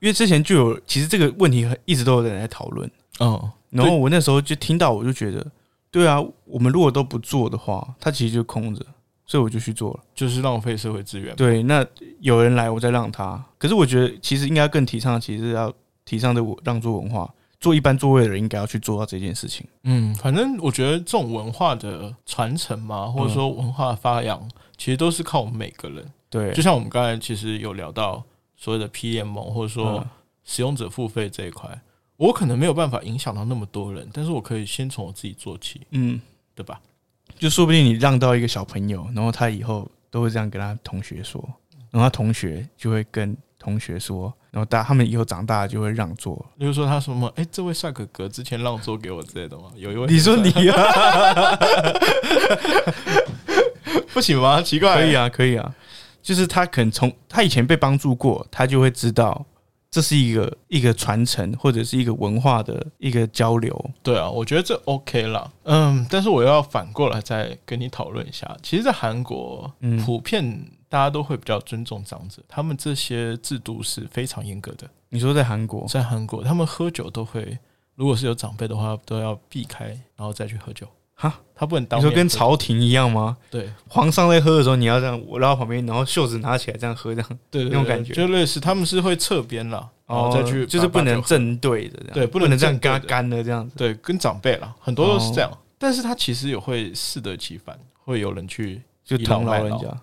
[SPEAKER 2] 因为之前就有其实这个问题很一直都有人在讨论，
[SPEAKER 1] 嗯，
[SPEAKER 2] 然后我那时候就听到，我就觉得，对啊，我们如果都不做的话，它其实就空着，所以我就去做了。
[SPEAKER 1] 就是浪费社会资源。
[SPEAKER 2] 对，那有人来，我再让他。可是我觉得，其实应该更提倡，其实要提倡的我让座文化，做一般座位的人应该要去做到这件事情。
[SPEAKER 1] 嗯，反正我觉得这种文化的传承嘛，或者说文化的发扬，其实都是靠我们每个人。
[SPEAKER 2] 对，
[SPEAKER 1] 就像我们刚才其实有聊到所谓的 PMO，或者说
[SPEAKER 2] 嗯
[SPEAKER 1] 使用者付费这一块，我可能没有办法影响到那么多人，但是我可以先从我自己做起，
[SPEAKER 2] 嗯，
[SPEAKER 1] 对吧？
[SPEAKER 2] 就说不定你让到一个小朋友，然后他以后都会这样跟他同学说，然后他同学就会跟同学说，然后大他们以后长大就会让座。
[SPEAKER 1] 例如说他什么，哎、这位帅哥哥之前让座给我之类的嘛，有一位
[SPEAKER 2] 你说你啊，
[SPEAKER 1] [laughs] 不行吗？奇怪、
[SPEAKER 2] 可以啊，可以啊，就是他可能从他以前被帮助过，他就会知道。这是一个一个传承，或者是一个文化的一个交流，
[SPEAKER 1] 对啊，我觉得这 OK 啦。嗯，但是我又要反过来再跟你讨论一下。其实，在韩国，
[SPEAKER 2] 嗯
[SPEAKER 1] 普遍大家都会比较尊重长者，他们这些制度是非常严格的。
[SPEAKER 2] 你说在韩国，
[SPEAKER 1] 在韩国，他们喝酒都会，如果是有长辈的话，都要避开，然后再去喝酒。
[SPEAKER 2] 哈，
[SPEAKER 1] 他不能当
[SPEAKER 2] 你说
[SPEAKER 1] 面
[SPEAKER 2] 跟
[SPEAKER 1] 喝
[SPEAKER 2] 朝廷一样吗？
[SPEAKER 1] 对
[SPEAKER 2] 皇上在喝的时候，你要这样绕到旁边，然后袖子拿起来这样喝，这样
[SPEAKER 1] 对对
[SPEAKER 2] 那种
[SPEAKER 1] 对
[SPEAKER 2] 感觉哦
[SPEAKER 1] 就类似他们是会侧边啦，然哦后再去把、
[SPEAKER 2] 就是不
[SPEAKER 1] 把
[SPEAKER 2] 能
[SPEAKER 1] 酒
[SPEAKER 2] 正对着，这样
[SPEAKER 1] 对不
[SPEAKER 2] 不
[SPEAKER 1] 能
[SPEAKER 2] 能这样
[SPEAKER 1] 正对
[SPEAKER 2] 跟
[SPEAKER 1] 着
[SPEAKER 2] 他干的这样子。
[SPEAKER 1] 对跟长辈啦，很多都
[SPEAKER 2] 哦
[SPEAKER 1] 是这样。但是他其实也会适得其反，会有人去
[SPEAKER 2] 就
[SPEAKER 1] 倚老
[SPEAKER 2] 捅
[SPEAKER 1] 卖老
[SPEAKER 2] 老人家。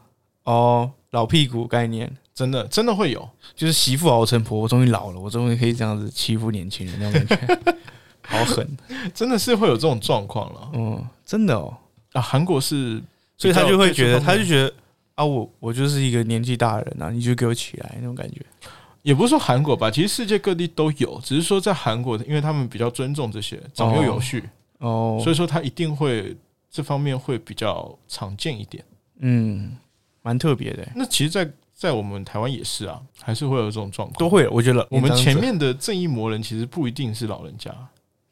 [SPEAKER 2] 哦，老屁股概念，
[SPEAKER 1] 真的真的会有。
[SPEAKER 2] 就是媳妇熬成婆，我终于老了，我终于可以这样子欺负年轻人那种感 [laughs] 觉，好狠。
[SPEAKER 1] 真的是会有这种状况了
[SPEAKER 2] 嗯，真的哦，
[SPEAKER 1] 啊！韩国是
[SPEAKER 2] 所
[SPEAKER 1] 比较，
[SPEAKER 2] 以他就会觉得，
[SPEAKER 1] 这
[SPEAKER 2] 他
[SPEAKER 1] 方面
[SPEAKER 2] 就觉得啊，我我就是一个年纪大的人啊，你就给我起来那种感觉。
[SPEAKER 1] 也不是说韩国吧，其实世界各地都有，只是说在韩国，因为他们比较尊重这些长幼有序，
[SPEAKER 2] 哦，
[SPEAKER 1] 所以说他一定会这方面会比较常见一点。
[SPEAKER 2] 嗯，蛮特别的欸，
[SPEAKER 1] 那其实在，在我们台湾也是啊，还是会有这种状况。
[SPEAKER 2] 都会。我觉得
[SPEAKER 1] 我们
[SPEAKER 2] 年长
[SPEAKER 1] 前
[SPEAKER 2] 者
[SPEAKER 1] 面的正义魔人其实不一定是老人家，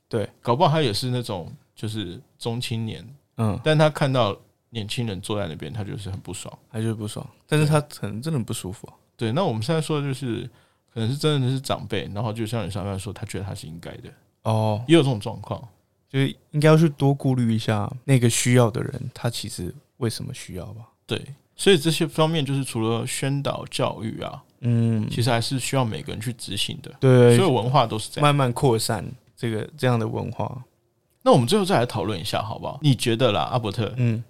[SPEAKER 2] 对，
[SPEAKER 1] 搞不好他也是那种就是中青年，
[SPEAKER 2] 嗯，
[SPEAKER 1] 但他看到年轻人坐在那边，他就是很不爽。
[SPEAKER 2] 他就是不爽，但是他可能真的很不舒服啊、
[SPEAKER 1] 对，那我们现在说的就是，可能是真的是长辈，然后就像你上面说，他觉得他是应该的，
[SPEAKER 2] 哦，
[SPEAKER 1] 也有这种状况。
[SPEAKER 2] 就是应该要去多顾虑一下那个需要的人，他其实为什么需要吧？
[SPEAKER 1] 对，所以这些方面就是除了宣导教育啊，
[SPEAKER 2] 嗯，
[SPEAKER 1] 其实还是需要每个人去执行的。所
[SPEAKER 2] 对
[SPEAKER 1] 有，文化都是这样。
[SPEAKER 2] 慢慢扩散这个这样的文化。
[SPEAKER 1] 那我们最后再来讨论一下，好不好？你觉得啦，阿伯特，
[SPEAKER 2] 嗯，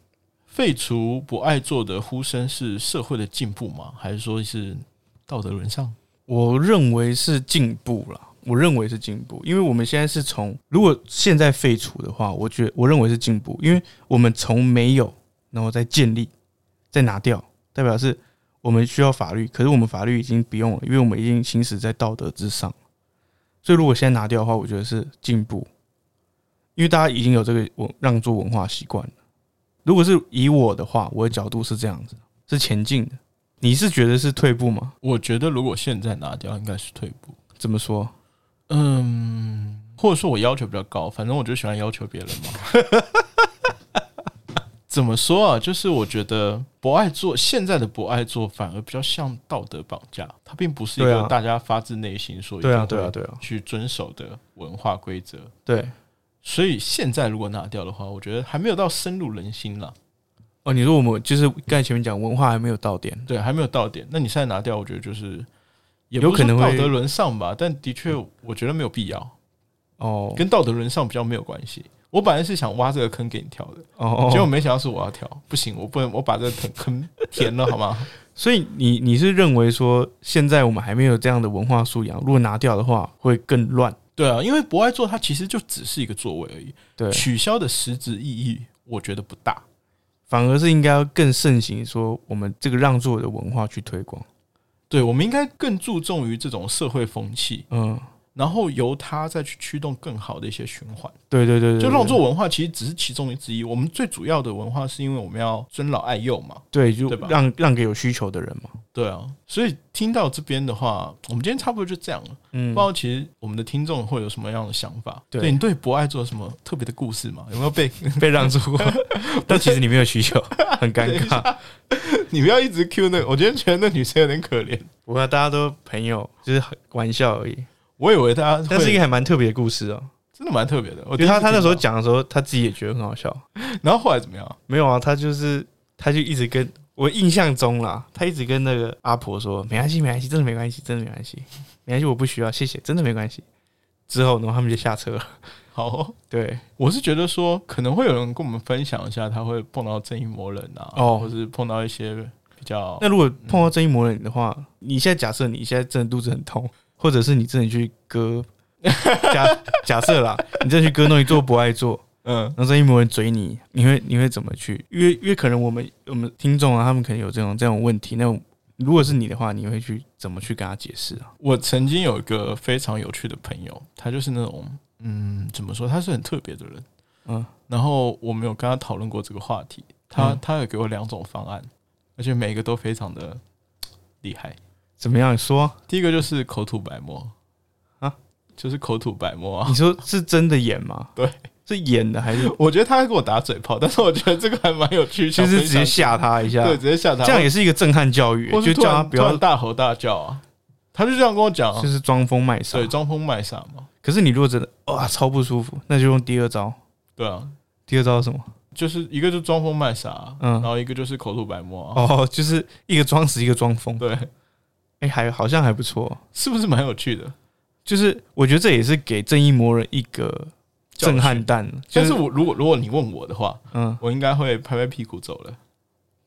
[SPEAKER 1] 废除不爱做的呼声是社会的进步吗？还是说是道德沦丧？
[SPEAKER 2] 我认为是进步了。我认为是进步，因为我们现在是从如果现在废除的话，我觉我认为是进步，因为我们从没有，然后再建立，再拿掉，代表是我们需要法律，可是我们法律已经不用了，因为我们已经行驶在道德之上。所以如果现在拿掉的话，我觉得是进步，因为大家已经有这个我让座文化习惯了。如果是以我的话，我的角度是这样子，是前进的。你是觉得是退步吗？
[SPEAKER 1] 我觉得如果现在拿掉，应该是退步。
[SPEAKER 2] 怎么说？
[SPEAKER 1] 嗯，或者说我要求比较高，反正我就喜欢要求别人嘛。 [laughs] 怎么说啊？就是我觉得博爱做现在的博爱做，反而比较像道德绑架，它并不是一
[SPEAKER 2] 对
[SPEAKER 1] 个
[SPEAKER 2] 啊
[SPEAKER 1] 大家发自内心说一
[SPEAKER 2] 对啊，
[SPEAKER 1] 定
[SPEAKER 2] 对啊，
[SPEAKER 1] 会
[SPEAKER 2] 对啊，
[SPEAKER 1] 去遵守的文化规则。
[SPEAKER 2] 对。
[SPEAKER 1] 所以现在如果拿掉的话，我觉得还没有到深入人心了，
[SPEAKER 2] 哦，你说我们就是刚才前面讲文化还没有到点，
[SPEAKER 1] 对，还没有到点。那你现在拿掉，我觉得就是也
[SPEAKER 2] 有可能
[SPEAKER 1] 不是说
[SPEAKER 2] 会
[SPEAKER 1] 道德沦丧吧，但的确我觉得没有必要，
[SPEAKER 2] 哦
[SPEAKER 1] 跟道德沦丧比较没有关系。我本来是想挖这个坑给你跳的，
[SPEAKER 2] 哦
[SPEAKER 1] 结果
[SPEAKER 2] 哦，
[SPEAKER 1] 没想到是我要跳，不行，我不能，我把这个坑填了好吗？ [laughs]
[SPEAKER 2] 所以你你是认为说现在我们还没有这样的文化素养，如果拿掉的话会更乱，
[SPEAKER 1] 对啊，因为博爱座它其实就只是一个座位而已，
[SPEAKER 2] 对，
[SPEAKER 1] 取消的实质意义我觉得不大。
[SPEAKER 2] 反而是应该要更盛行说我们这个让座的文化去推广，
[SPEAKER 1] 对，我们应该更注重于这种社会风气，
[SPEAKER 2] 嗯，
[SPEAKER 1] 然后由它再去驱动更好的一些循环。
[SPEAKER 2] 对对对对，
[SPEAKER 1] 就
[SPEAKER 2] 对
[SPEAKER 1] 让座文化其实只是其中之一，我们最主要的文化是因为我们要尊老爱幼嘛。
[SPEAKER 2] 对，就
[SPEAKER 1] 对吧
[SPEAKER 2] 让让给有需求的人嘛，
[SPEAKER 1] 对啊，所以听到这边的话，我们今天差不多就这样了。不
[SPEAKER 2] 嗯
[SPEAKER 1] 知，道其实我们的听众会有什么样的想法？
[SPEAKER 2] 对
[SPEAKER 1] 你对博爱做什么特别的故事吗？有没有被 [laughs]
[SPEAKER 2] 被让座过，但其实你没有需求，很尴尬。
[SPEAKER 1] 你不要一直 Q 那个，我今天觉得那女生有点可怜。
[SPEAKER 2] 不过大家都朋友，就是很玩笑而已。
[SPEAKER 1] 我以为大家会，
[SPEAKER 2] 但是一个还蛮特别的故事哦、
[SPEAKER 1] 真的蛮特别的。我
[SPEAKER 2] 因为他他那时候
[SPEAKER 1] 第一次
[SPEAKER 2] 讲的时候，他自己也觉得很好笑。
[SPEAKER 1] 听到，然后后来怎么样？
[SPEAKER 2] 没有啊，他就是他就一直跟我印象中啦，他一直跟那个阿婆说没关系，没关系，真的没关系，真的没关系，没关系，我不需要，谢谢，真的没关系。之后，然后他们就下车了。
[SPEAKER 1] 好哦，
[SPEAKER 2] 对，
[SPEAKER 1] 我是觉得说，可能会有人跟我们分享一下，他会碰到正义魔人啊，
[SPEAKER 2] 哦
[SPEAKER 1] 或是碰到一些比较
[SPEAKER 2] 那如果碰到正义魔人的话，你现在假设你现在真的肚子很痛，或者是你真的去割， [laughs] 假假设啦，你真的去割弄一做不爱做，
[SPEAKER 1] 嗯，
[SPEAKER 2] 然后正义魔人追你，你会你会怎么去？因为因为可能我们我们听众啊，他们可能有这种这种问题，那种如果是你的话，你会去怎么去跟他解释啊？
[SPEAKER 1] 我曾经有一个非常有趣的朋友，他就是那种嗯，怎么说？他是很特别的人。
[SPEAKER 2] 嗯，
[SPEAKER 1] 然后我们有跟他讨论过这个话题，他、
[SPEAKER 2] 嗯
[SPEAKER 1] 他有给我两种方案，而且每一个都非常的厉害。
[SPEAKER 2] 怎么样说
[SPEAKER 1] [laughs]
[SPEAKER 2] 啊？
[SPEAKER 1] 第一个就是口吐白沫
[SPEAKER 2] 啊，
[SPEAKER 1] 就是口吐白沫啊 [laughs]
[SPEAKER 2] 你。说是真的演吗？
[SPEAKER 1] 对，
[SPEAKER 2] 是演的还是
[SPEAKER 1] [laughs] 我觉得他会给我打嘴炮，但是我觉得这个还蛮有趣，
[SPEAKER 2] 其
[SPEAKER 1] 想
[SPEAKER 2] 实
[SPEAKER 1] 分
[SPEAKER 2] 直
[SPEAKER 1] 享
[SPEAKER 2] 接吓他一下？
[SPEAKER 1] 对，直接吓他，
[SPEAKER 2] 这样也是一个震撼教育、
[SPEAKER 1] 或
[SPEAKER 2] 就是
[SPEAKER 1] 突
[SPEAKER 2] 叫
[SPEAKER 1] 然
[SPEAKER 2] 他不要
[SPEAKER 1] 突然大吼大叫啊，他就这样跟我讲啊
[SPEAKER 2] 就，是装疯卖傻
[SPEAKER 1] 对，。装疯卖傻嘛，
[SPEAKER 2] 可是你如果真的哇超不舒服，那就用第二招。
[SPEAKER 1] 对啊，
[SPEAKER 2] 第二招是什么？
[SPEAKER 1] 就是一个就装疯卖傻啊，
[SPEAKER 2] 嗯
[SPEAKER 1] 然后一个就是口吐白沫啊，
[SPEAKER 2] 哦，就是一个装死，一个装疯。
[SPEAKER 1] 对，
[SPEAKER 2] 哎、还好像还不错。
[SPEAKER 1] 是不是蛮有趣的？
[SPEAKER 2] 就是我觉得这也是给正义魔人一个
[SPEAKER 1] 教训
[SPEAKER 2] 震撼弹。就
[SPEAKER 1] 但是我如果如果你问我的话，
[SPEAKER 2] 嗯，
[SPEAKER 1] 我应该会拍拍屁股走了。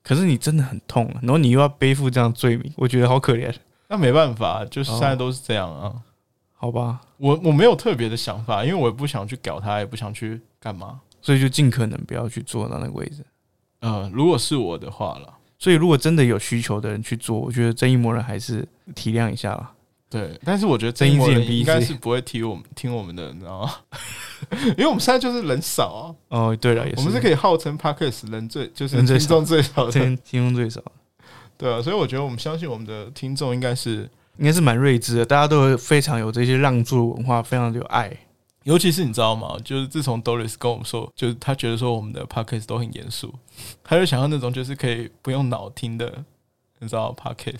[SPEAKER 2] 可是你真的很痛，啊然后你又要背负这样罪名，我觉得好可怜。
[SPEAKER 1] 那没办法，啊就是
[SPEAKER 2] 哦
[SPEAKER 1] 现在都是这样啊。
[SPEAKER 2] 好吧，
[SPEAKER 1] 我我没有特别的想法，因为我也不想去搞他，也不想去干嘛。
[SPEAKER 2] 所以就尽可能不要去坐到那个位置。
[SPEAKER 1] 呃，如果是我的话了，
[SPEAKER 2] 所以如果真的有需求的人去做，我觉得正义魔人还是体谅一下啦。
[SPEAKER 1] 对，但是我觉得这
[SPEAKER 2] 睁
[SPEAKER 1] 一
[SPEAKER 2] 一只
[SPEAKER 1] 波
[SPEAKER 2] 眼
[SPEAKER 1] 人
[SPEAKER 2] 闭一
[SPEAKER 1] 应该
[SPEAKER 2] 只
[SPEAKER 1] 是不会听我们听我们的，你知道吗？ [laughs] 因为我们现在就是人少啊，
[SPEAKER 2] 哦，对了，也是，
[SPEAKER 1] 我们是
[SPEAKER 2] [laughs]
[SPEAKER 1] 可以号称 Parkes 人最就是
[SPEAKER 2] 人
[SPEAKER 1] 听
[SPEAKER 2] 最少
[SPEAKER 1] 众最少
[SPEAKER 2] 这
[SPEAKER 1] 的，
[SPEAKER 2] 边听众最少，
[SPEAKER 1] 对啊，所以我觉得我们相信我们的听众应该是，
[SPEAKER 2] 应该是蛮睿智的，大家都有非常有这些让座文化，非常的有爱。
[SPEAKER 1] 尤其是你知道吗？就是自从 Doris 跟我们说，就是他觉得说我们的 Parkes 都很严肃，他就想要那种就是可以不用脑听的，你知道 Parkes。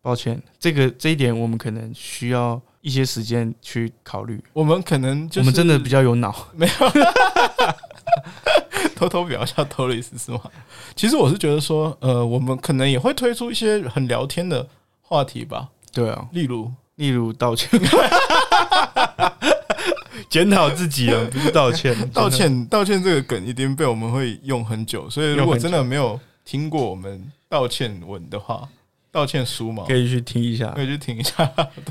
[SPEAKER 2] 抱歉，这个这一点我们可能需要一些时间去考虑。
[SPEAKER 1] 我们可能就是
[SPEAKER 2] 我们真的比较有脑， [laughs]
[SPEAKER 1] 偷偷表一下 Doris 是吗？其实我是觉得说，呃，我们可能也会推出一些很聊天的话题吧，
[SPEAKER 2] 对啊，
[SPEAKER 1] 例如
[SPEAKER 2] 例如道歉， [laughs] 检讨自己啊，不是道 [laughs] 歉，
[SPEAKER 1] 道歉，道歉这个梗一定被我们会用很久，所以如
[SPEAKER 2] 用
[SPEAKER 1] 果
[SPEAKER 2] 很久
[SPEAKER 1] 真的没有听过我们道歉文的话，道歉书嘛，
[SPEAKER 2] 可以去听一下
[SPEAKER 1] 可。以去听一下。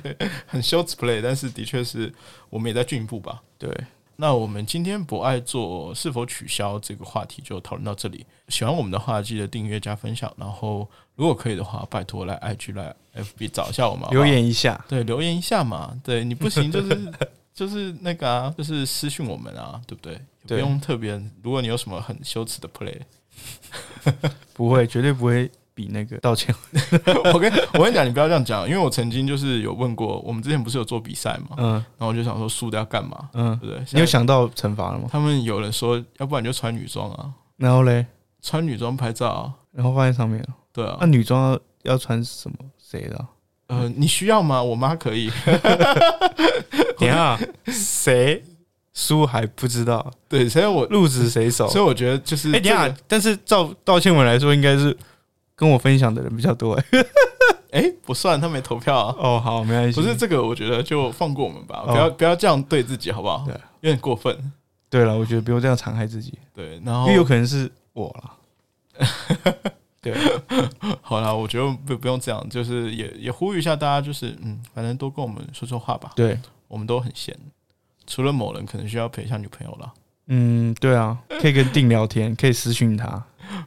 [SPEAKER 1] 对，很羞耻 play，但是的确是我们也在进步吧。
[SPEAKER 2] 对，
[SPEAKER 1] 那我们今天不爱做是否取消这个话题就讨论到这里。喜欢我们的话，记得订阅加分享，然后如果可以的话，拜托来 IG 来 FB 找一下我们好不好
[SPEAKER 2] 留，言一下，
[SPEAKER 1] 对，留言一下嘛。对你不行就是
[SPEAKER 2] [laughs]
[SPEAKER 1] 就是那个啊，就是私讯我们啊，对不对？不
[SPEAKER 2] 对
[SPEAKER 1] 用特别，如果你有什么很羞耻的 play， [laughs]
[SPEAKER 2] 不会，绝对不会比那个道歉。
[SPEAKER 1] 我跟我跟你讲，你不要这样讲，因为我曾经就是有问过，我们之前不是有做比赛嘛，
[SPEAKER 2] 嗯
[SPEAKER 1] 然后我就想说输的要干嘛，
[SPEAKER 2] 嗯
[SPEAKER 1] 对，不对？
[SPEAKER 2] 你有
[SPEAKER 1] 现在
[SPEAKER 2] 想到惩罚了吗？
[SPEAKER 1] 他们有人说，要不然你就穿女装啊，
[SPEAKER 2] 然后嘞，
[SPEAKER 1] 穿女装拍照啊，
[SPEAKER 2] 然后放在上面了。
[SPEAKER 1] 对
[SPEAKER 2] 那
[SPEAKER 1] 啊，
[SPEAKER 2] 女装要要穿什么？谁的啊？
[SPEAKER 1] 呃，你需要吗？我妈可以，
[SPEAKER 2] [laughs]
[SPEAKER 1] [laughs]
[SPEAKER 2] 等一下，谁输还不知道，
[SPEAKER 1] 对，所以我
[SPEAKER 2] 鹿死谁手？
[SPEAKER 1] 所以我觉得就是这
[SPEAKER 2] 哎、等一下
[SPEAKER 1] 个，，
[SPEAKER 2] 但是照道歉文来说，应该是跟我分享的人比较多、哎
[SPEAKER 1] 哎，不算，他没投票啊，
[SPEAKER 2] [laughs] 哦，好，没关系。
[SPEAKER 1] 不是，这个，我觉得就放过我们吧，
[SPEAKER 2] 哦
[SPEAKER 1] 不要不要这样对自己，好不好
[SPEAKER 2] 对？
[SPEAKER 1] 有点过分，
[SPEAKER 2] 对了，我觉得不用这样残害自己，
[SPEAKER 1] 对，然
[SPEAKER 2] 因
[SPEAKER 1] 后
[SPEAKER 2] 为有可能是我啦。对，
[SPEAKER 1] 好啦，我觉得不不用这样，就是也也呼吁一下大家，就是嗯，反正多跟我们说说话吧，
[SPEAKER 2] 对，
[SPEAKER 1] 我们都很闲，除了某人可能需要陪一下女朋友啦。
[SPEAKER 2] 嗯，对啊，可以跟定聊天，可以私讯他，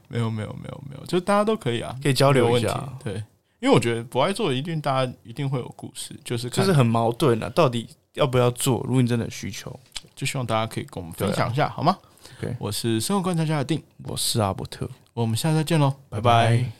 [SPEAKER 1] 没有没有没有没有，就大家都可以啊，
[SPEAKER 2] 可以交
[SPEAKER 1] 没有
[SPEAKER 2] 流
[SPEAKER 1] 问
[SPEAKER 2] 一
[SPEAKER 1] 题
[SPEAKER 2] 下。。
[SPEAKER 1] 对，因为我觉得不爱做，一定大家一定会有故事，就是
[SPEAKER 2] 就
[SPEAKER 1] 看
[SPEAKER 2] 是很矛盾啊，到底要不要做？如果你真的有需求，
[SPEAKER 1] 就希望大家可以跟我们
[SPEAKER 2] 对啊
[SPEAKER 1] 分享一下，好吗
[SPEAKER 2] OK
[SPEAKER 1] 我是生活观察家的定，
[SPEAKER 2] 我是阿伯特，
[SPEAKER 1] 我们下次再见喽，拜
[SPEAKER 2] 拜
[SPEAKER 1] 拜
[SPEAKER 2] 拜